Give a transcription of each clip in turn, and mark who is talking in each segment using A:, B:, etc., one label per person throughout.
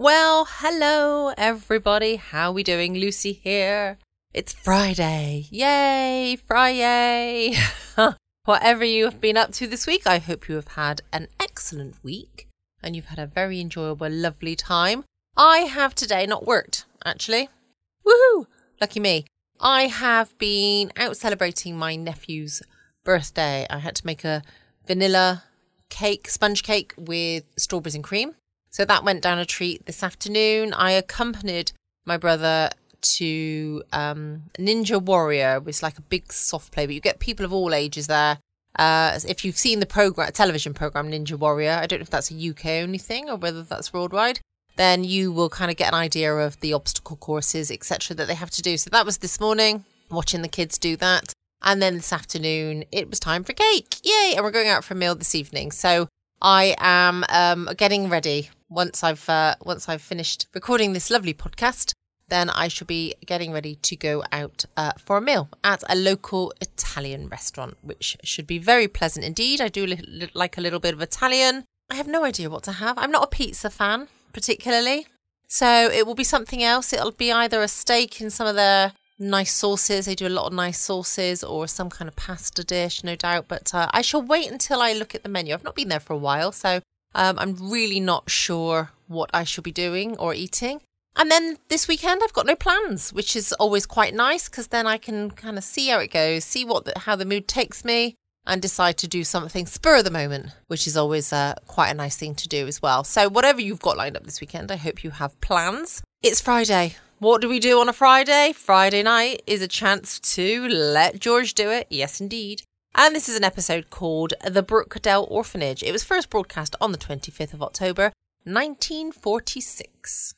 A: Well, hello everybody. How we doing? Lucy here. It's Friday. Yay, Friday. Whatever you have been up to this week, I hope you have had an excellent week and you've had a very enjoyable, lovely time. I have today not worked, actually. Woohoo! Lucky me. I have been out celebrating my nephew's birthday. I had to make a vanilla cake, sponge cake with strawberries and cream. So that went down a treat this afternoon. I accompanied my brother to um, Ninja Warrior, which is like a big soft play, but you get people of all ages there. Uh, if you've seen the program, television program Ninja Warrior, I don't know if that's a UK only thing or whether that's worldwide. Then you will kind of get an idea of the obstacle courses, etc., that they have to do. So that was this morning, watching the kids do that, and then this afternoon it was time for cake, yay! And we're going out for a meal this evening. So I am um, getting ready. Once I've uh, once I've finished recording this lovely podcast, then I shall be getting ready to go out uh, for a meal at a local Italian restaurant, which should be very pleasant indeed. I do li- li- like a little bit of Italian. I have no idea what to have. I'm not a pizza fan particularly, so it will be something else. It'll be either a steak in some of their nice sauces. They do a lot of nice sauces or some kind of pasta dish, no doubt. But uh, I shall wait until I look at the menu. I've not been there for a while, so um, I'm really not sure what I shall be doing or eating. And then this weekend, I've got no plans, which is always quite nice because then I can kind of see how it goes, see what the, how the mood takes me, and decide to do something spur of the moment, which is always uh, quite a nice thing to do as well. So whatever you've got lined up this weekend, I hope you have plans. It's Friday. What do we do on a Friday? Friday night is a chance to let George do it. Yes, indeed. And this is an episode called The Brookdale Orphanage. It was first broadcast on the 25th of October, 1946.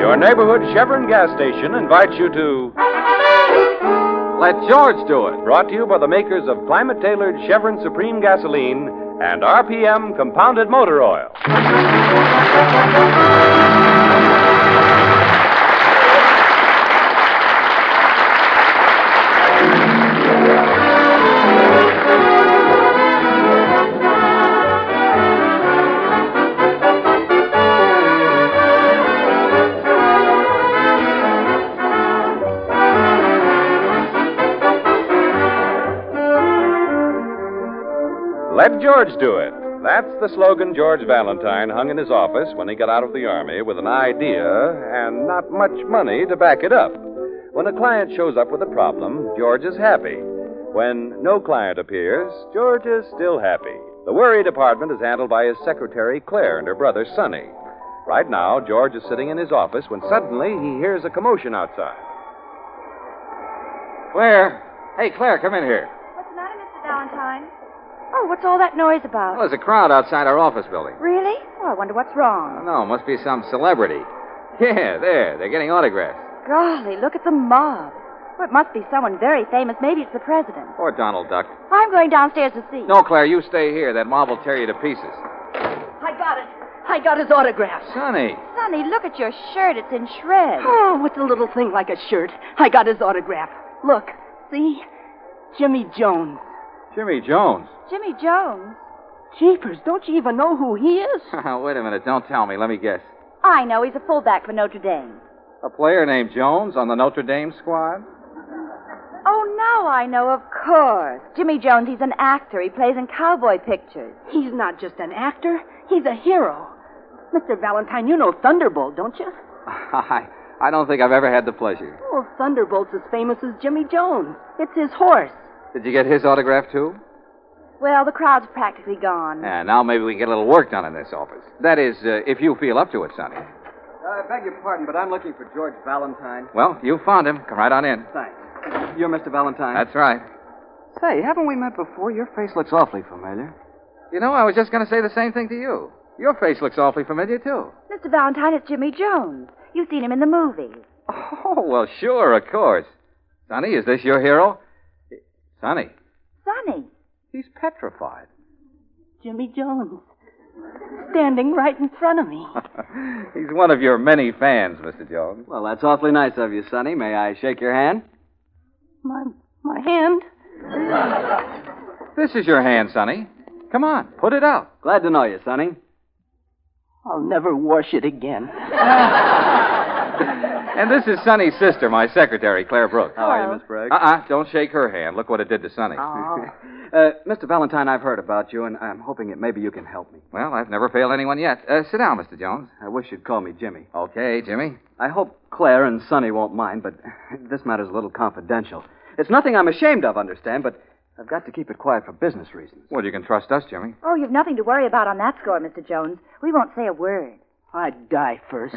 B: Your neighborhood Chevron gas station invites you to Let George Do It. Brought to you by the makers of climate tailored Chevron Supreme gasoline and RPM compounded motor oil. Let George Do It. That's the slogan George Valentine hung in his office when he got out of the Army with an idea and not much money to back it up. When a client shows up with a problem, George is happy. When no client appears, George is still happy. The worry department is handled by his secretary, Claire, and her brother, Sonny. Right now, George is sitting in his office when suddenly he hears a commotion outside. Claire! Hey, Claire, come in here.
C: What's the matter, Mr. Valentine? Oh, what's all that noise about?
D: Oh,
B: there's a crowd outside our office building.
C: Really? Oh, I wonder what's
B: I don't
C: wrong.
B: know. Must be some celebrity. Yeah, there. They're getting autographs.
C: Oh, Golly, look at the mob. Well, it must be someone very famous. Maybe it's the president.
B: Poor Donald Duck.
C: I'm going downstairs to see.
B: No, Claire, you stay here. That mob will tear you to pieces.
C: I got it. I got his autograph.
B: Sonny.
C: Sonny, look at your shirt. It's in shreds.
D: Oh, what's a little thing like a shirt? I got his autograph. Look, see? Jimmy Jones.
B: Jimmy Jones.
C: Jimmy Jones.
D: Jeepers, don't you even know who he is?
B: Wait a minute. Don't tell me. Let me guess.
C: I know he's a fullback for Notre Dame.
B: A player named Jones on the Notre Dame squad?
C: Oh, now I know, of course. Jimmy Jones, he's an actor. He plays in cowboy pictures.
D: He's not just an actor, he's a hero. Mr. Valentine, you know Thunderbolt, don't you?
B: I, I don't think I've ever had the pleasure.
D: Oh, Thunderbolt's as famous as Jimmy Jones. It's his horse.
B: Did you get his autograph, too?
C: Well, the crowd's practically gone.
B: Yeah, now maybe we can get a little work done in this office. That is, uh, if you feel up to it, Sonny.
E: Uh, I beg your pardon, but I'm looking for George Valentine.
B: Well, you found him. Come right on in.
E: Thanks. You're Mr. Valentine.
B: That's right.
E: Say, haven't we met before? Your face looks awfully familiar.
B: You know, I was just going to say the same thing to you. Your face looks awfully familiar, too.
C: Mr. Valentine, it's Jimmy Jones. You've seen him in the movies.
B: Oh, well, sure, of course. Sonny, is this your hero? Sonny,
C: Sonny.
B: he's petrified.
D: Jimmy Jones. Standing right in front of me.
B: he's one of your many fans, Mr. Jones.
E: Well, that's awfully nice of you, Sonny. May I shake your hand?
D: My, my hand.
B: This is your hand, Sonny.
E: Come on, put it out. Glad to know you, Sonny.
F: I'll never wash it again.
G: And this is Sonny's sister, my secretary, Claire Brooks.
E: How are you, Miss Bragg?
G: Uh-uh, don't shake her hand. Look what it did to Sonny.
F: Oh.
E: Uh, Mr. Valentine, I've heard about you, and I'm hoping that maybe you can help me.
G: Well, I've never failed anyone yet. Uh, sit down, Mr. Jones.
E: I wish you'd call me Jimmy.
G: Okay, Jimmy.
E: I hope Claire and Sonny won't mind, but this matter's a little confidential. It's nothing I'm ashamed of, understand, but I've got to keep it quiet for business reasons.
G: Well, you can trust us, Jimmy.
C: Oh, you've nothing to worry about on that score, Mr. Jones. We won't say a word.
F: I'd die first.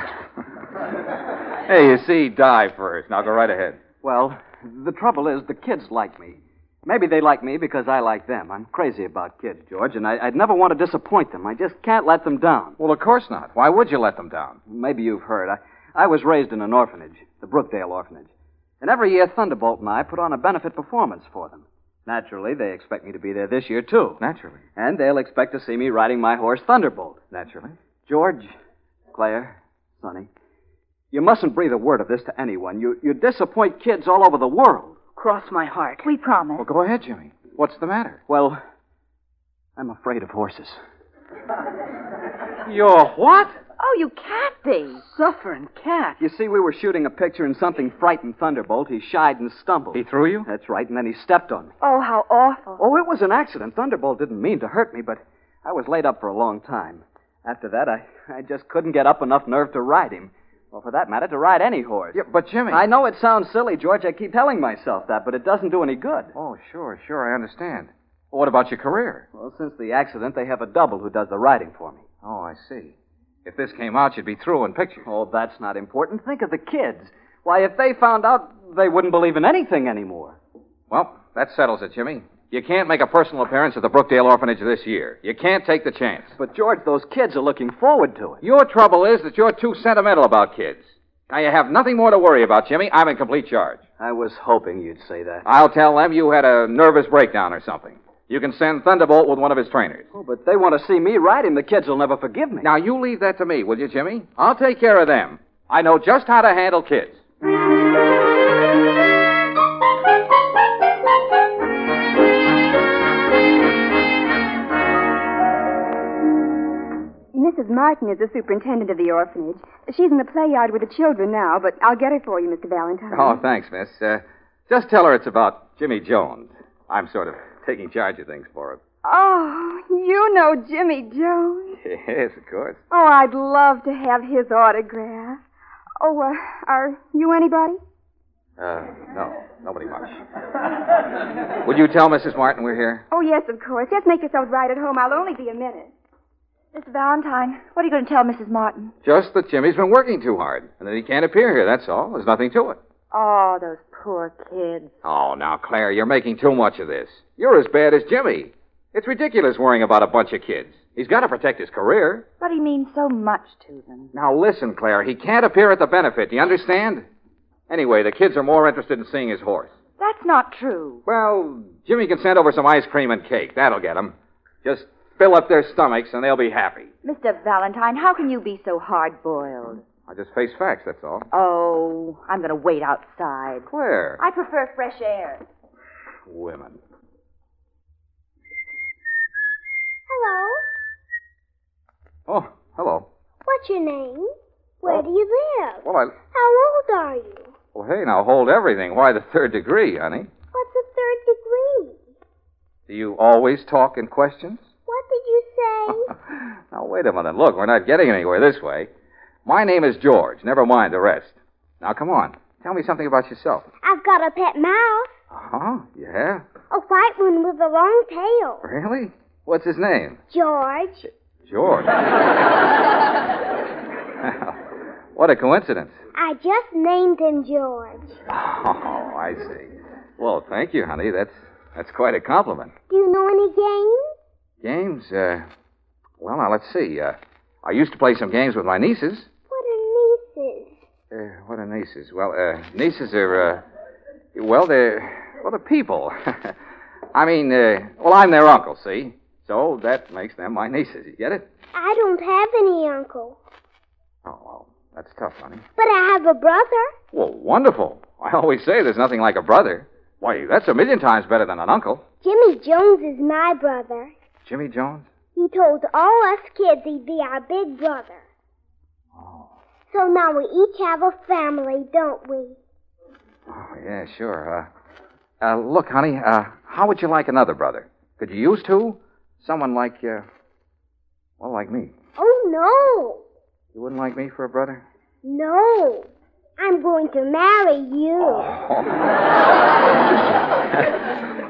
G: Hey, you see, die first. Now go right ahead.
E: Well, the trouble is, the kids like me. Maybe they like me because I like them. I'm crazy about kids, George, and I, I'd never want to disappoint them. I just can't let them down.
G: Well, of course not. Why would you let them down?
E: Maybe you've heard. I, I was raised in an orphanage, the Brookdale Orphanage. And every year, Thunderbolt and I put on a benefit performance for them. Naturally, they expect me to be there this year, too.
G: Naturally.
E: And they'll expect to see me riding my horse, Thunderbolt.
G: Naturally.
E: George, Claire, Sonny, you mustn't breathe a word of this to anyone. You, you disappoint kids all over the world.
F: Cross my heart.
C: We promise.
G: Well, go ahead, Jimmy. What's the matter?
E: Well, I'm afraid of horses.
G: You're what?
C: Oh, you can't be.
F: Suffering cat.
E: You see, we were shooting a picture and something frightened Thunderbolt. He shied and stumbled.
G: He threw you?
E: That's right, and then he stepped on me.
C: Oh, how awful.
E: Oh, it was an accident. Thunderbolt didn't mean to hurt me, but I was laid up for a long time. After that, I, I just couldn't get up enough nerve to ride him. Or for that matter, to ride any horse.
G: Yeah, but Jimmy.
E: I know it sounds silly, George. I keep telling myself that, but it doesn't do any good.
G: Oh, sure, sure, I understand. Well, what about your career?
E: Well, since the accident, they have a double who does the riding for me.
G: Oh, I see. If this came out, you'd be through in pictures.
E: Oh, that's not important. Think of the kids. Why, if they found out, they wouldn't believe in anything anymore.
G: Well, that settles it, Jimmy. You can't make a personal appearance at the Brookdale Orphanage this year. You can't take the chance.
E: But, George, those kids are looking forward to it.
G: Your trouble is that you're too sentimental about kids. Now, you have nothing more to worry about, Jimmy. I'm in complete charge.
E: I was hoping you'd say that.
G: I'll tell them you had a nervous breakdown or something. You can send Thunderbolt with one of his trainers.
E: Oh, but they want to see me ride him. The kids will never forgive me.
G: Now, you leave that to me, will you, Jimmy? I'll take care of them. I know just how to handle kids.
H: Mrs. Martin is the superintendent of the orphanage. She's in the play yard with the children now, but I'll get her for you, Mr. Valentine.
G: Oh, thanks, miss. Uh, just tell her it's about Jimmy Jones. I'm sort of taking charge of things for her.
H: Oh, you know Jimmy Jones.
G: Yes, of course.
H: Oh, I'd love to have his autograph. Oh, uh, are you anybody?
G: Uh, no, nobody much. Would you tell Mrs. Martin we're here?
H: Oh, yes, of course. Just make yourselves right at home. I'll only be a minute.
C: Mr. Valentine, what are you going to tell Mrs. Martin?
G: Just that Jimmy's been working too hard, and that he can't appear here, that's all. There's nothing to it.
C: Oh, those poor kids.
G: Oh, now, Claire, you're making too much of this. You're as bad as Jimmy. It's ridiculous worrying about a bunch of kids. He's got to protect his career.
C: But he means so much to them.
G: Now, listen, Claire, he can't appear at the benefit. Do you understand? Anyway, the kids are more interested in seeing his horse.
C: That's not true.
G: Well, Jimmy can send over some ice cream and cake. That'll get 'em. Just fill up their stomachs, and they'll be happy.
C: Mr. Valentine, how can you be so hard boiled?
G: I just face facts, that's all.
C: Oh, I'm going to wait outside.
G: Claire.
C: I prefer fresh air.
G: Women.
I: Hello.
G: Oh, hello.
I: What's your name?
H: Oh.
I: Where do you live?
G: Well, I.
I: How old are you?
G: Well, hey, now hold everything. Why the third degree, honey?
I: What's a third degree?
G: Do you always talk in questions?
I: What did you say?
G: now, wait a minute. Look, we're not getting anywhere this way. My name is George. Never mind the rest. Now, come on. Tell me something about yourself.
I: I've got a pet mouse,
G: Oh, yeah?
I: a white one with a long tail.
G: Really? What's his name?
I: George,
G: George. what a coincidence.
I: I just named him George.
G: Oh, I see. Well, thank you, honey. That's that's quite a compliment.
I: Do you know any games?
G: Games, uh, well, now let's see. Uh, I used to play some games with my nieces.
I: What are nieces?
G: Uh, what are nieces? Well, uh, nieces are, uh, well, they're, well, they're people. I mean, uh, well, I'm their uncle, see? So that makes them my nieces. You get it?
I: I don't have any uncle,
G: Oh, well, that's tough, honey.
I: but I have a brother.
G: Well, wonderful. I always say there's nothing like a brother. Why, that's a million times better than an uncle.
I: Jimmy Jones is my brother.
G: Jimmy Jones?
I: He told all us kids he'd be our big brother. So now we each have a family, don't we?
G: Oh, yeah, sure. Uh, uh, look, honey, uh, how would you like another brother? Could you use two? Someone like, uh, well, like me.
I: Oh,
G: You wouldn't like me for a brother?
I: no. No. I'm going to marry you.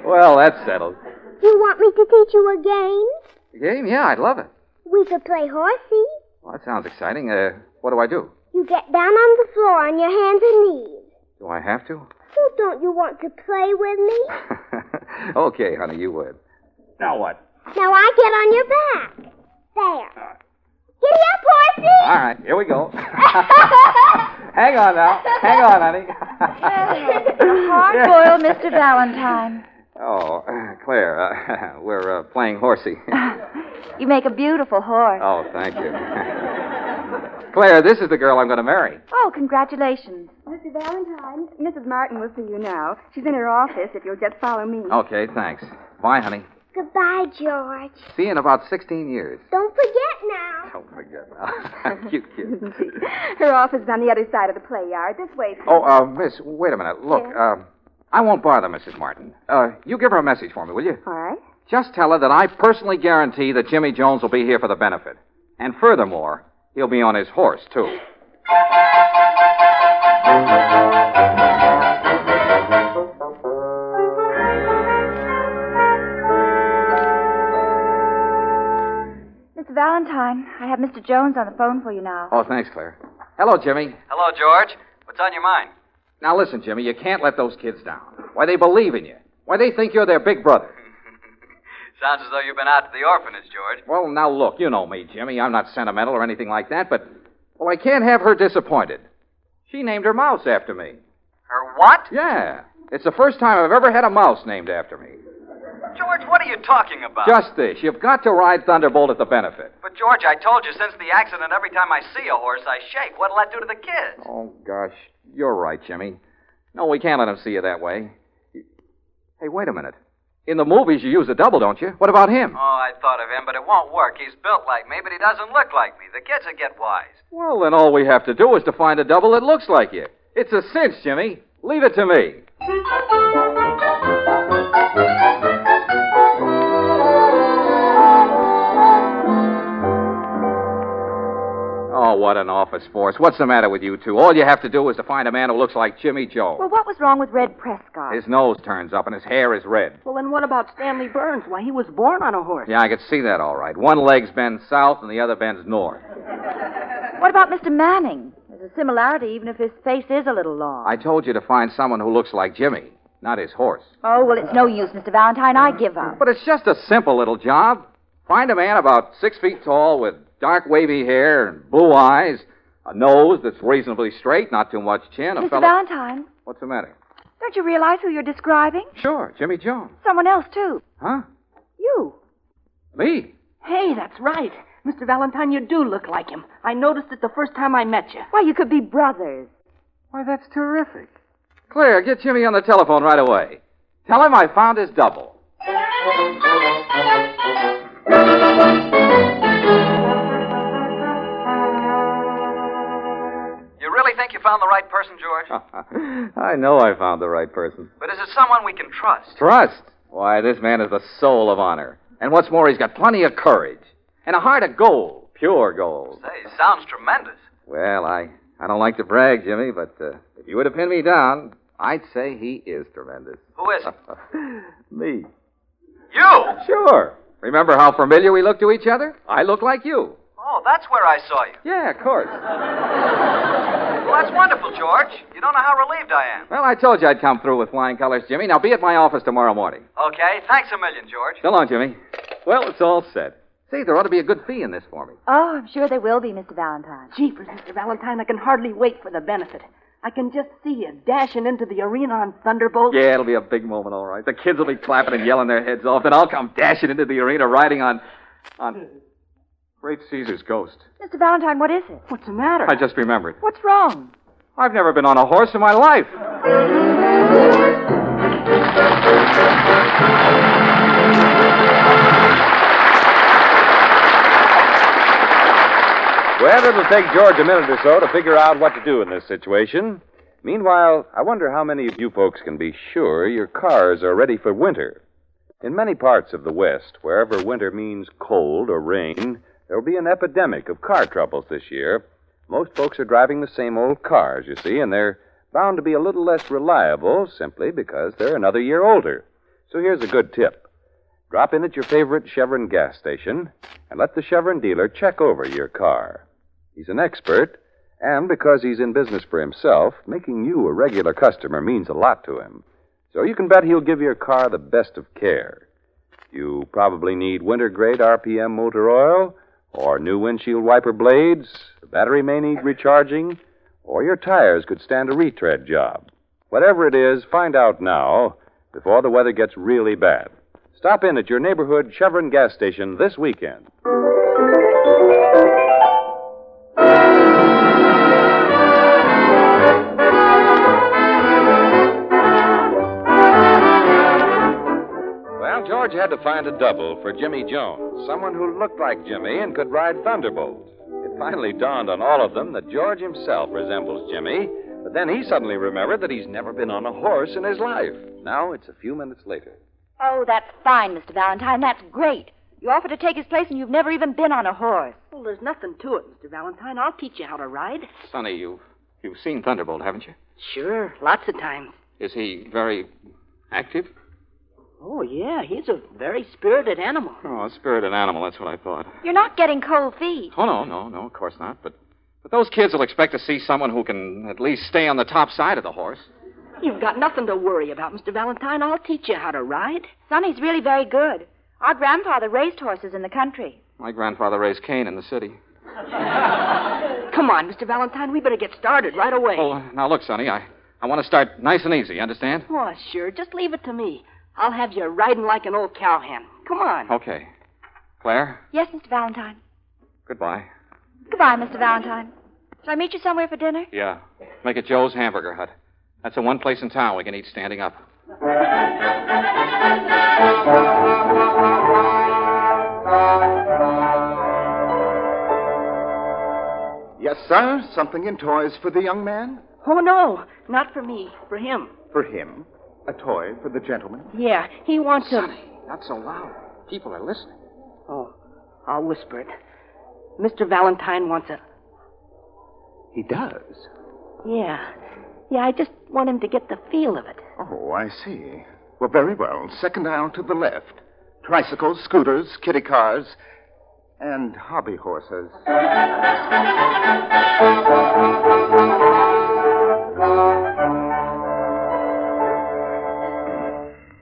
G: Well, that's settled.
I: You want me to teach you a game?
G: Game? Yeah, I'd love it.
I: We could play horsey.
G: Well, that sounds exciting. Uh, what do I do?
I: You get down on the floor on your hands and knees.
G: Do I have to?
I: Well, don't you want to play with me?
G: okay, honey, you would. Now what?
I: Now I get on your back. There. Giddy up, horsey!
G: All right, here we go. Hang on now. Hang on, honey.
J: Hard boiled Mr. Valentine.
G: oh, uh, Claire, uh, we're uh, playing horsey.
J: You make a beautiful horse.
G: oh, thank you. Claire, this is the girl I'm going to marry.
J: Oh, congratulations.
H: Mr. Valentine, Mrs. Martin will see you now. She's in her office if you'll just follow me.
G: Okay, thanks. Bye, honey.
I: Goodbye, George.
G: See you in about 16 years.
I: Don't forget now.
G: Don't forget now. cute, cute.
H: Her office is on the other side of the play yard. This way, please.
G: Oh, uh, miss, wait a minute. Look, uh, I won't bother Mrs. Martin. Uh, you give her a message for me, will you?
H: All right.
G: Just tell her that I personally guarantee that Jimmy Jones will be here for the benefit. And furthermore, he'll be on his horse, too.
J: Mr. Valentine, I have Mr. Jones on the phone for you now.
G: Oh, thanks, Claire. Hello, Jimmy.
E: Hello, George. What's on your mind?
G: Now listen, Jimmy, you can't let those kids down. Why, they believe in you. Why, they think you're their big brother.
E: Sounds as though you've been out to the orphanage, George.
G: Well, now look, you know me, Jimmy. I'm not sentimental or anything like that, but, well, I can't have her disappointed. She named her mouse after me.
E: Her what?
G: Yeah. It's the first time I've ever had a mouse named after me.
E: George, what are you talking about?
G: Just this. You've got to ride Thunderbolt at the benefit.
E: But, George, I told you since the accident, every time I see a horse, I shake. What'll that do to the kids?
G: Oh, gosh. You're right, Jimmy. No, we can't let him see you that way. Hey, wait a minute. In the movies, you use a double, don't you? What about him?
E: Oh, I thought of him, but it won't work. He's built like me, but he doesn't look like me. The kids will get wise.
G: Well, then all we have to do is to find a double that looks like you. It's a cinch, Jimmy. Leave it to me. Oh, what an office force. What's the matter with you two? All you have to do is to find a man who looks like Jimmy Jones.
C: Well, what was wrong with Red Prescott?
G: His nose turns up and his hair is red.
C: Well, and what about Stanley Burns? Why, he was born on a horse.
G: Yeah, I could see that all right. One leg's bends south and the other bends north.
C: What about Mr. Manning? There's a similarity, even if his face is a little long.
G: I told you to find someone who looks like Jimmy, not his horse.
C: Oh, well, it's no use, Mr. Valentine. I give up.
G: But it's just a simple little job. Find a man about six feet tall with dark wavy hair and blue eyes, a nose that's reasonably straight, not too much chin, a
C: Mr.
G: fellow.
C: Valentine,
G: What's the matter?
C: don't you realize who you're describing?
G: Sure, Jimmy Jones.
C: Someone else, too.
G: Huh?
C: You.
G: Me?
F: Hey, that's right. Mr. Valentine, you do look like him. I noticed it the first time I met you.
C: Why, you could be brothers.
G: Why, that's terrific. Claire, get Jimmy on the telephone right away. Tell him I found his double.
E: You really think you found the right person, George?
G: I know I found the right person.
E: But is it someone we can trust?
G: Trust. Why, this man is the soul of honor. And what's more, he's got plenty of courage and a heart of gold, pure gold.
E: Say, sounds tremendous.
G: Well, I, I don't like to brag, Jimmy, but uh, if you were to pin me down, I'd say he is tremendous.
E: Who is it?
G: me.
E: you!
G: Sure. Remember how familiar we look to each other? I look like you.
E: Oh, that's where I saw you.
G: Yeah, of course.
E: Well, that's wonderful, George. You don't know how relieved I am.
G: Well, I told you I'd come through with flying colors, Jimmy. Now be at my office tomorrow morning.
E: Okay, thanks a million, George.
G: So long, Jimmy. Well, it's all set. See, there ought to be a good fee in this for me.
C: Oh, I'm sure they will be, Mr. Valentine.
F: Jeepers, Mr. Valentine, I can hardly wait for the benefit. I can just see you dashing into the arena on Thunderbolt.
G: Yeah, it'll be a big moment, all right. The kids will be clapping and yelling their heads off, then I'll come dashing into the arena riding on. on. Great Caesar's ghost.
C: Mr. Valentine, what is it?
F: What's the matter?
G: I just remembered.
C: What's wrong?
G: I've never been on a horse in my life.
B: Well, it'll take George a minute or so to figure out what to do in this situation. Meanwhile, I wonder how many of you folks can be sure your cars are ready for winter. In many parts of the West, wherever winter means cold or rain, there'll be an epidemic of car troubles this year. Most folks are driving the same old cars, you see, and they're bound to be a little less reliable simply because they're another year older. So here's a good tip. Drop in at your favorite Chevron gas station and let the Chevron dealer check over your car. He's an expert, and because he's in business for himself, making you a regular customer means a lot to him. So you can bet he'll give your car the best of care. You probably need winter grade RPM motor oil, or new windshield wiper blades, the battery may need recharging, or your tires could stand a retread job. Whatever it is, find out now before the weather gets really bad. Stop in at your neighborhood Chevron gas station this weekend. Well, George had to find a double for Jimmy Jones, someone who looked like Jimmy and could ride Thunderbolt. It finally dawned on all of them that George himself resembles Jimmy, but then he suddenly remembered that he's never been on a horse in his life. Now it's a few minutes later.
C: Oh, that's fine, Mr. Valentine. That's great. You offer to take his place, and you've never even been on a horse.
F: Well, there's nothing to it, Mr. Valentine. I'll teach you how to ride.
G: Sonny, you, you've seen Thunderbolt, haven't you?
F: Sure, lots of times.
G: Is he very active?
F: Oh, yeah, he's a very spirited animal.
G: Oh, a spirited animal, that's what I thought.
C: You're not getting cold feet.
G: Oh, no, no, no, of course not. But, but those kids will expect to see someone who can at least stay on the top side of the horse.
F: You've got nothing to worry about, Mr. Valentine. I'll teach you how to ride.
C: Sonny's really very good. Our grandfather raised horses in the country.
G: My grandfather raised Cain in the city.
F: Come on, Mr. Valentine. We better get started right away.
G: Oh, now look, Sonny, I, I want to start nice and easy, understand?
F: Oh, sure. Just leave it to me. I'll have you riding like an old cowhand. Come on.
G: Okay. Claire,
C: Yes, Mr. Valentine.
G: goodbye.
C: Goodbye, Mr. Valentine. Shall I meet you somewhere for dinner?
G: Yeah. Make it Joe's Hamburger Hut. That's the one place in town we can eat standing up.
K: Yes, sir. Something in toys for the young man?
F: Oh, no. Not for me. For him.
K: For him? A toy for the gentleman?
F: Yeah, he wants a.
G: Not so loud. People are listening.
F: Oh, I'll whisper it. Mr. Valentine wants a.
K: He does.
F: Yeah. Yeah, I just want him to get the feel of it.
K: Oh, I see. Well, very well. Second aisle to the left. Tricycles, scooters, kiddie cars, and hobby horses.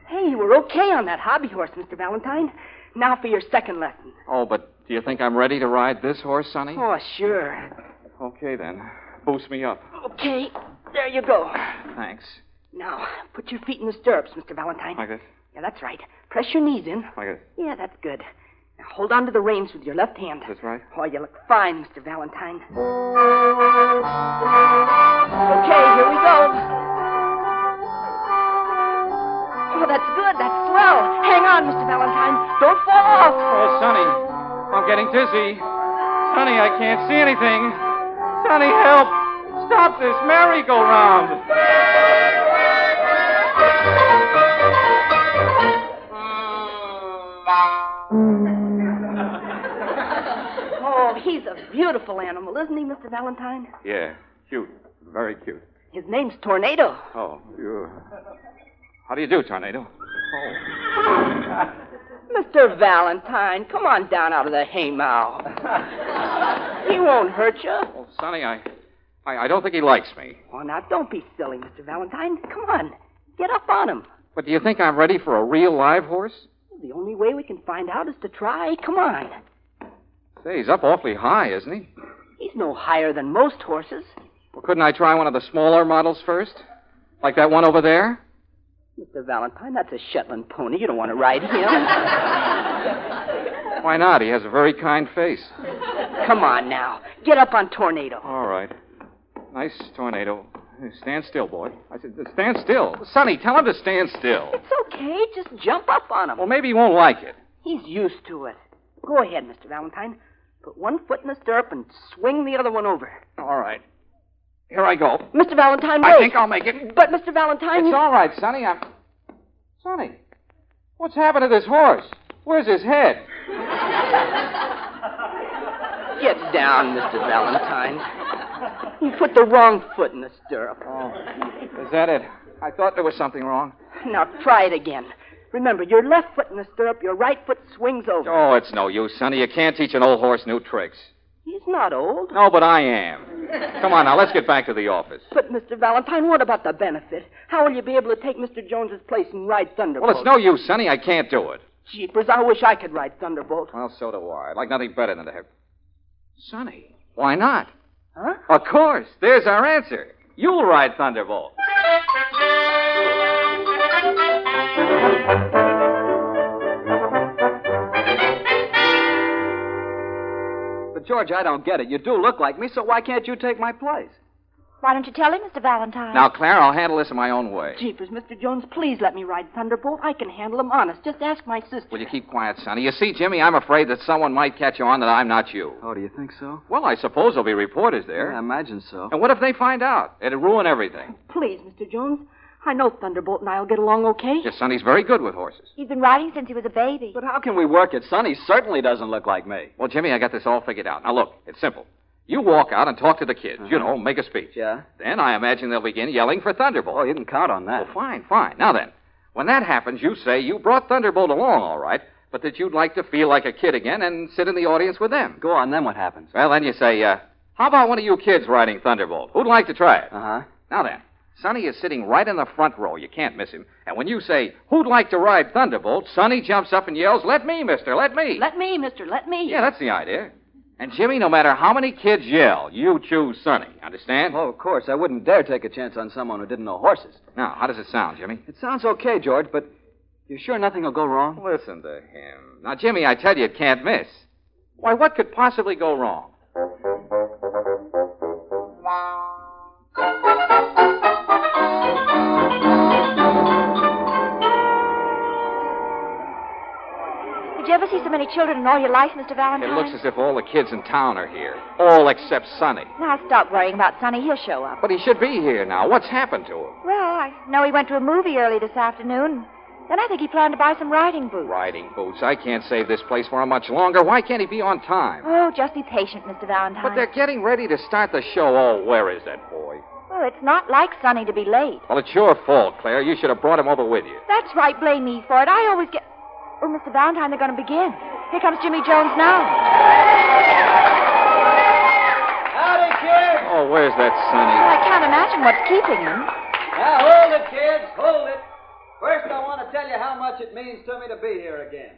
F: Hey, you were okay on that hobby horse, Mr. Valentine. Now for your second lesson.
G: Oh, but do you think I'm ready to ride this horse, Sonny?
F: Oh, sure.
G: Okay, then. Boost me up.
F: Okay, there you go.
G: Thanks.
F: Now, put your feet in the stirrups, Mr. Valentine.
G: Like this?
F: Yeah, that's right. Press your knees in.
G: Like this?
F: Yeah, that's good. Now hold on to the reins with your left hand.
G: That's right.
F: Oh, you look fine, Mr. Valentine. Okay, here we go. Oh, that's good. That's swell. Hang on, Mr. Valentine. Don't fall off.
G: Oh, Sonny, I'm getting dizzy. Sonny, I can't see anything. Sonny, help! Stop this merry-go-round!
F: Oh, he's a beautiful animal, isn't he, Mr. Valentine?
G: Yeah, cute. Very cute.
F: His name's Tornado.
G: Oh, you. How do you do, Tornado?
F: Mr. Valentine, come on down out of the haymow. he won't hurt you.
G: Oh, Sonny, I, I, I don't think he likes me.
F: Oh, now don't be silly, Mr. Valentine. Come on, get up on him.
G: But do you think I'm ready for a real live horse?
F: The only way we can find out is to try. Come on.
G: Say, he's up awfully high, isn't he?
F: He's no higher than most horses.
G: Well, couldn't I try one of the smaller models first? Like that one over there?
F: Mr. Valentine, that's a Shetland pony. You don't want to ride him.
G: Why not? He has a very kind face.
F: Come on now. Get up on Tornado.
G: All right. Nice tornado. Stand still, boy. I said, stand still. Sonny, tell him to stand still.
F: It's okay. Just jump up on him.
G: Well, maybe he won't like it.
F: He's used to it. Go ahead, Mr. Valentine. Put one foot in the stirrup and swing the other one over.
G: All right. Here I go.
F: Mr. Valentine,
G: I
F: wait.
G: think I'll make it.
F: But, Mr. Valentine,
G: It's
F: you-
G: all right, Sonny. I'm. Sonny, what's happened to this horse? Where's his head?
F: Get down, Mr. Valentine. You put the wrong foot in the stirrup.
G: Is that it? I thought there was something wrong.
F: Now try it again. Remember, your left foot in the stirrup, your right foot swings over.
G: Oh, it's no use, Sonny. You can't teach an old horse new tricks.
F: He's not old.
G: No, but I am. Come on now, let's get back to the office.
F: But, Mr. Valentine, what about the benefit? How will you be able to take Mr. Jones's place and ride Thunderbolt?
G: Well, it's no use, Sonny. I can't do it.
F: Jeepers, I wish I could ride Thunderbolt.
G: Well, so do I. I'd like nothing better than to have. Sonny. Why not?
F: Huh?
G: Of course. There's our answer. You'll ride Thunderbolt.
E: But, George, I don't get it. You do look like me, so why can't you take my place?
C: Why don't you tell him, Mr. Valentine?
G: Now, Claire, I'll handle this in my own way.
F: Jeepers, Mr. Jones, please let me ride Thunderbolt. I can handle him, honest. Just ask my sister.
G: Will you keep quiet, Sonny? You see, Jimmy, I'm afraid that someone might catch you on that I'm not you.
E: Oh, do you think so?
G: Well, I suppose there'll be reporters there.
E: Yeah, I imagine so.
G: And what if they find out? It'd ruin everything.
F: Please, Mr. Jones. I know Thunderbolt and I'll get along okay.
G: Yes, Sonny's very good with horses.
C: He's been riding since he was a baby.
E: But how can we work it? Sonny certainly doesn't look like me.
G: Well, Jimmy, I got this all figured out. Now, look, it's simple. You walk out and talk to the kids, you know, make a speech.
E: Uh-huh. Yeah?
G: Then I imagine they'll begin yelling for Thunderbolt.
E: Oh, you can count on that.
G: Well, fine, fine. Now then, when that happens, you say you brought Thunderbolt along, all right, but that you'd like to feel like a kid again and sit in the audience with them.
E: Go on, then what happens?
G: Well, then you say, uh, how about one of you kids riding Thunderbolt? Who'd like to try it?
E: Uh huh.
G: Now then, Sonny is sitting right in the front row. You can't miss him. And when you say, who'd like to ride Thunderbolt, Sonny jumps up and yells, let me, mister, let me.
F: Let me, mister, let me.
G: yeah, that's the idea. And Jimmy, no matter how many kids yell, you choose Sonny. Understand?
E: Oh, of course. I wouldn't dare take a chance on someone who didn't know horses.
G: Now, how does it sound, Jimmy?
E: It sounds okay, George, but you're sure nothing will go wrong?
G: Listen to him. Now, Jimmy, I tell you, it can't miss. Why, what could possibly go wrong?
C: Did you ever see so many children in all your life, Mr.
G: It
C: Valentine?
G: looks as if all the kids in town are here. All except Sonny.
C: Now stop worrying about Sonny. He'll show up.
G: But he should be here now. What's happened to him?
C: Well, I know he went to a movie early this afternoon. Then I think he planned to buy some riding boots.
G: Riding boots. I can't save this place for him much longer. Why can't he be on time?
C: Oh, just be patient, Mr. Valentine.
G: But they're getting ready to start the show. Oh, where is that boy?
C: Well, it's not like Sonny to be late.
G: Well, it's your fault, Claire. You should have brought him over with you.
C: That's right. Blame me for it. I always get. Oh, Mr. Valentine, they're going to begin. Here comes Jimmy Jones now.
E: Howdy, kids!
G: Oh, where's that
C: Well,
G: Sonny?
C: I can't imagine what's keeping him.
E: Now, hold it, kids. Hold it. First, I want to tell you how much it means to me to be here again.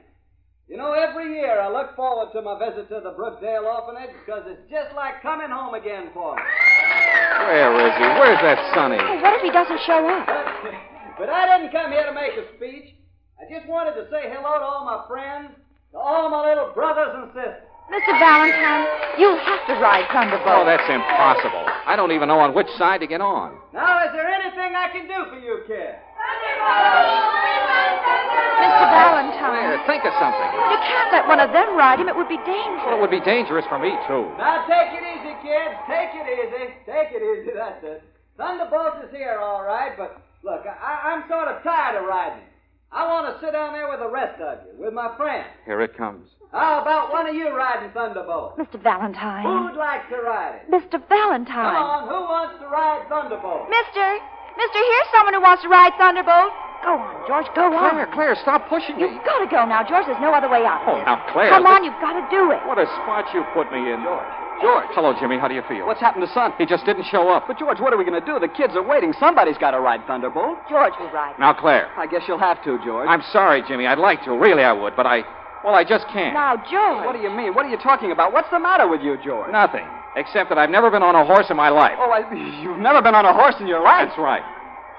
E: You know, every year I look forward to my visit to the Brookdale Orphanage because it's just like coming home again for me.
G: Where is he? Where's that Sonny?
C: Oh, what if he doesn't show up?
E: But, but I didn't come here to make a speech. I just wanted to say hello to all my friends, to all my little brothers and sisters.
C: Mr. Valentine, you'll have to ride
G: Oh,
C: Thunderbolt.
G: that's impossible. I don't even know on which side to get on.
E: Now, is there anything I can do for you kids?
C: Mr. Valentine,
G: Claire, think of something.
C: you can't let one of them ride him. It would be
G: Well, it
C: dangerous.
G: would be dangerous for me, too.
E: Now, take it easy, kids. Take it easy. Take it easy. That's it. Thunderbolt is here, all right, but look, I, I'm sort of tired of riding. I want to sit down there with the rest of you, with my friends.
G: Here it comes.
E: How about one of you riding Thunderbolt?
C: Mr. Valentine.
E: Who'd like to ride it?
C: Mr.
E: Come
C: Valentine.
E: on, who wants to ride Thunderbolt?
C: Mister, Mister, here's someone who wants to ride Thunderbolt. Go on, George. Go on.
G: Claire, Claire, stop pushing me.
C: You've got to go now, George. There's no other way out.
G: Oh, now, Claire.
C: Come
G: this-
C: on, you've got to do it.
G: What a spot you put me in. George. George. Hello, Jimmy. How do you feel?
E: happened to Son?
G: He just didn't show up.
E: But, George, what are we going to do? The kids are waiting. Somebody's got to ride Thunderbolt.
C: George will ride.
G: Now, Claire.
E: I guess you'll have to, George.
G: I'm sorry, Jimmy. I'd like to. Really, I would. But I. Well, I just can't.
C: Now, George.
E: What do you mean? What are you talking about? What's the matter with you, George?
G: Nothing. Except that I've never been on a horse in my life.
E: Oh, I, you've never been on a horse in your life.
G: That's right.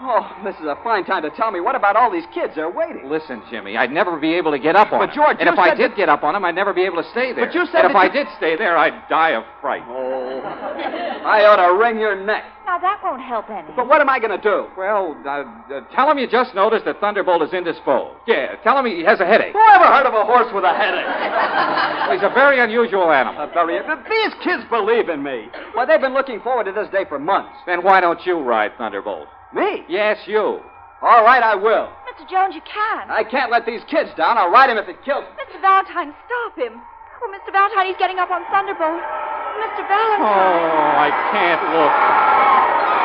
E: Oh, this is a fine time to tell me. What about all these kids? They're waiting.
G: Listen, Jimmy, I'd never be able to get up on
E: But
G: him.
E: George,
G: and
E: you
G: if I
E: said
G: did
E: that-
G: get up on him, I'd never be able to stay there.
E: But you said
G: and if
E: that
G: I
E: you-
G: did stay there, I'd die of fright.
E: Oh. I ought to wring your neck.
C: Now, that won't help any.
E: But what am I going to do?
G: Well, uh, uh, tell him you just noticed that Thunderbolt is indisposed. Yeah, tell him he has a headache.
E: Who ever heard of a horse with a headache?
G: Well, he's a very unusual animal.
E: A very- Uh, These kids believe in me. Why, they've been looking forward to this day for months.
G: Then why don't you ride Thunderbolt?
E: Me?
G: Yes, you.
E: All right, I will.
C: Mr. Jones, you can't.
E: I can't let these kids down. I'll ride him if it kills me.
C: Mr. Valentine, stop him. Oh, Mr. Valentine, he's getting up on Thunderbolt. Mr.
G: Oh, I
C: Valentine.
G: can't look.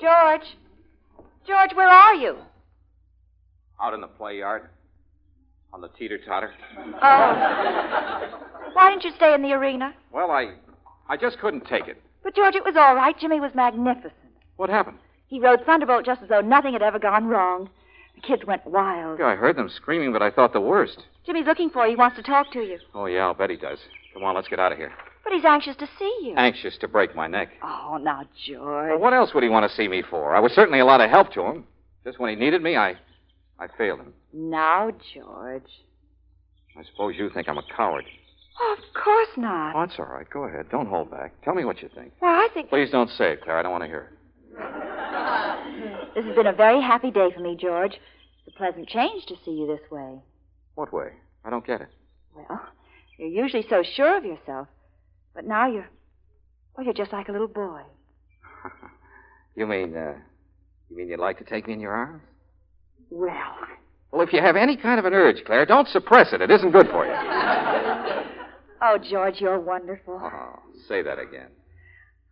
C: George. George, where are you?
G: Out in the play yard, on the teeter totter.
C: Oh. Why didn't you stay in the arena?
G: Well, I, I just couldn't take it.
C: But, George, it was all right. Jimmy was magnificent.
G: What happened?
C: He rode Thunderbolt just as though nothing had ever gone wrong. The kids went wild.
G: Yeah, I heard them screaming, but I thought the worst.
C: Jimmy's looking for you. He wants to talk to you.
G: Oh yeah, I'll bet he does. Come on, let's get out of here.
C: But he's anxious to see you.
G: Anxious to break my neck.
C: Oh, now, George.
G: Well, what else would he want to see me for? I was certainly a lot of help to him. Just when he needed me, I, I failed him.
C: Now, George.
G: I suppose you think I'm a coward.
C: Oh, of course not.
G: Oh, that's all right. Go ahead. Don't hold back. Tell me what you think.
C: Well, I think
G: Please don't say it, Claire. I don't want to hear it.
C: this has been a very happy day for me, George. It's a pleasant change to see you this way.
G: What way? I don't get it.
C: Well, you're usually so sure of yourself, but now you're. Well, you're just like a little boy.
G: You mean, uh, you mean you'd like to take me in your arms?
C: Well,
G: Well, if you have any kind of an urge, Claire, don't suppress it. It isn't good for you.
C: oh, George, you're wonderful.
G: Oh, say that again.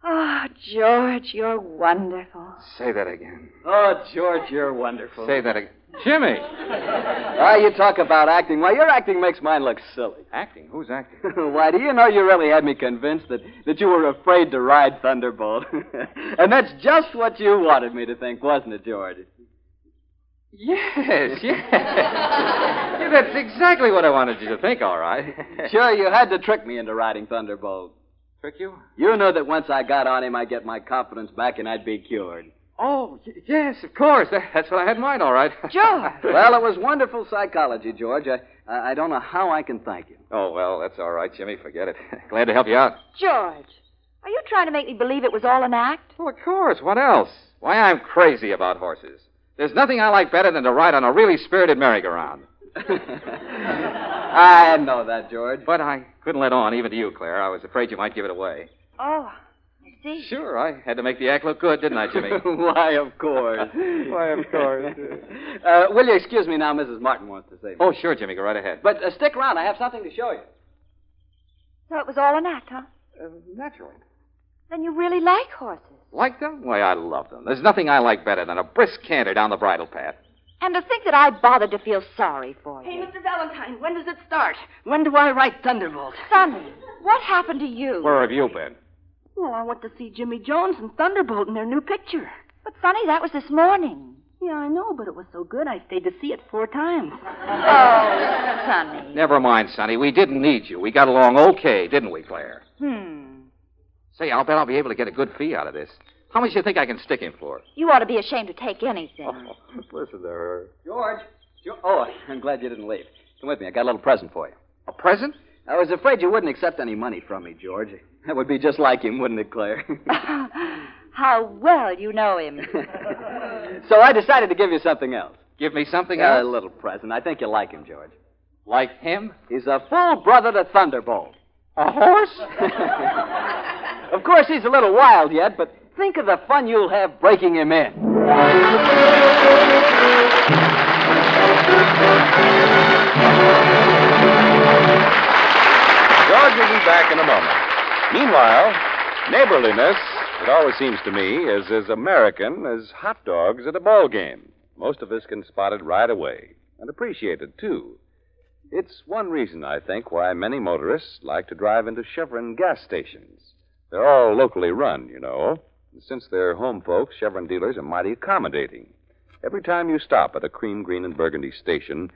C: Oh,
D: Ah,
C: George, you're wonderful.
G: Say that again.
E: Oh, George, you're wonderful.
G: Say that again. Jimmy!
E: Ah, you talk about acting. Why, your acting makes mine look silly.
G: Acting? Who's acting?
E: Why, do you know you really had me convinced that, that you were afraid to ride Thunderbolt? and that's just what you wanted me to think, wasn't it, George?
G: Yes, yes. Yeah, that's exactly what I wanted you to think, all right.
E: Sure, you had to trick me into riding Thunderbolt.
G: Trick you?
E: You knew that once I got on him, I'd get my confidence back and I'd be cured.
G: Oh, y- yes, of course. That- that's what I had in mind, all right.
C: George!
E: Well, it was wonderful psychology, George. I, I I don't know how I can thank you.
G: Oh, well, that's all right, Jimmy. Forget it. Glad to help you out.
C: George, are you trying to make me believe it was all an act?
G: Well, of course. What else? Why, I'm crazy about horses. There's nothing I like better than to ride on a really spirited merry-go-round.
E: I know that, George.
G: But I couldn't let on, even to you, Claire. I was afraid you might give it away.
C: Oh, I see.
G: Sure, I had to make the act look good, didn't I, Jimmy?
E: Why, of course.
G: Why, of course.
E: uh, will you excuse me now? Mrs. Martin wants to see me.
G: oh, sure, Jimmy. Go right ahead.
E: But uh, stick around. I have something to show you.
C: So it was all an act, huh?
G: Uh, naturally.
C: Then you really like horses.
G: Like them? Why, I love them. There's nothing I like better than a brisk canter down the bridle path.
C: And to think that I bothered to feel sorry for you.
D: Hey, Mr. Valentine, when does it start? When do I write Thunderbolt?
C: Sonny, what happened to you?
G: Where have you been?
D: Well, Oh, I went to see Jimmy Jones and Thunderbolt in their new picture.
C: But, Sonny, that was this morning.
D: Yeah, I know, but it was so good I stayed to see it four times.
C: Oh, Sonny.
G: Never mind, Sonny. We didn't need you. We got along okay, didn't we, Claire?
C: Hmm.
G: Say, I'll bet I'll be able to get a good fee out of this. How much do you think I can stick him for?
C: You ought to be ashamed to take anything.
G: listen to her.
E: George. Jo- oh, I'm glad you didn't leave. Come with me. I got a little present for you.
G: A present?
E: I was afraid you wouldn't accept any money from me, George. That would be just like him, wouldn't it, Claire?
D: Oh.
C: How well you know him.
E: so I decided to give you something else.
G: Give me something
E: A
G: else?
E: little present. I think you like him, George.
G: Like him?
E: He's a full brother to Thunderbolt.
G: A horse?
E: Of course, he's a little wild yet, but think of the fun you'll have breaking him in.
B: George will be back in a moment. Meanwhile, neighborliness, it always seems to me, is as American as hot dogs at a ball game. Most of us can spot it right away and appreciate it, too. It's one reason, I think, why many motorists like to drive into Chevron gas stations. They're all locally run, you know. And since they're home folks, Chevron dealers are mighty accommodating. Every time you stop at a cream, green, and burgundy station,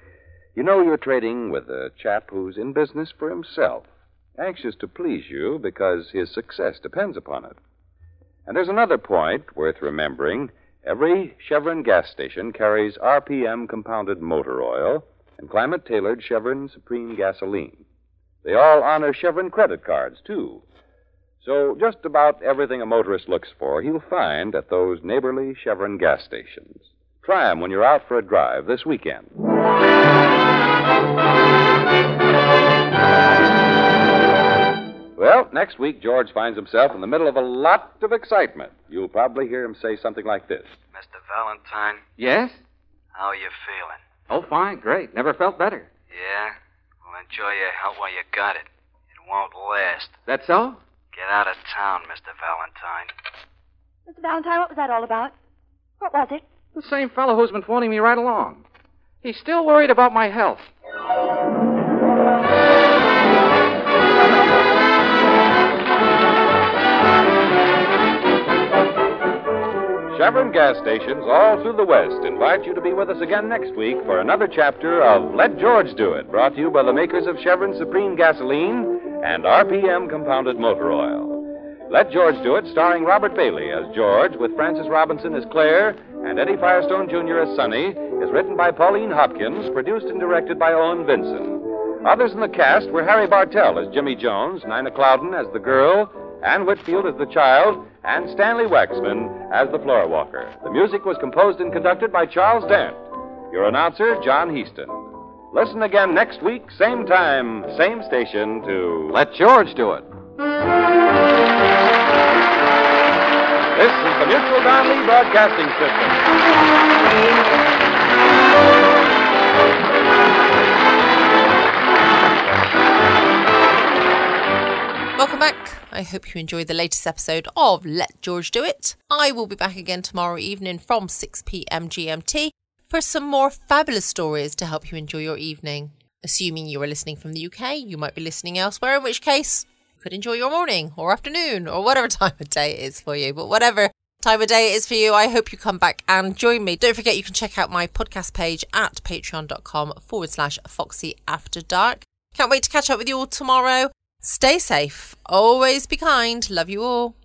B: you know you're trading with a chap who's in business for himself, anxious to please you because his success depends upon it. And there's another point worth remembering. Every Chevron gas station carries RPM compounded motor oil and climate tailored Chevron Supreme gasoline. They all honor Chevron credit cards, too. So, just about everything a motorist looks for, he'll find at those neighborly Chevron gas stations. Try 'em when you're out for a drive this weekend. Well, next week, George finds himself in the middle of a lot of excitement. You'll probably hear him say something like this
L: Mr. Valentine,
G: Yes?
L: how are you feeling?
G: Oh, fine, great. Never felt better.
L: Yeah? Well, enjoy your help while you got it. It won't last.
G: That so?
L: Get out of town, Mr. Valentine.
D: Mr. Valentine, what was that all about? What was it?
G: The same fellow who's been phoning me right along. He's still worried about my health.
B: Chevron gas stations all through the West invite you to be with us again next week for another chapter of Let George Do It, brought to you by the makers of Chevron Supreme Gasoline and RPM Compounded Motor Oil. Let George Do It, starring Robert Bailey as George, with Francis Robinson as Claire and Eddie Firestone Jr. as Sonny, is written by Pauline Hopkins, produced and directed by Owen Vinson. Others in the cast were Harry Bartell as Jimmy Jones, Nina Clouden as the girl, Ann Whitfield as the child, and Stanley Waxman as the floor walker. The music was composed and conducted by Charles Dent. Your announcer, John Heaston. Listen again next week, same time, same station, to Let George Do It. This is the Mutual Don Lee Broadcasting System.
A: Welcome back. I hope you enjoyed the latest episode of Let George Do It. I will be back again tomorrow evening from 6 p.m. GMT for some more fabulous stories to help you enjoy your evening. Assuming you are listening from the UK, you might be listening elsewhere, in which case you could enjoy your morning or afternoon or whatever time of day it is for you. But whatever time of day it is for you, I hope you come back and join me. Don't forget you can check out my podcast page at patreon.com forward slash foxy after dark. Can't wait to catch up with you all tomorrow. Stay safe. Always be kind. Love you all.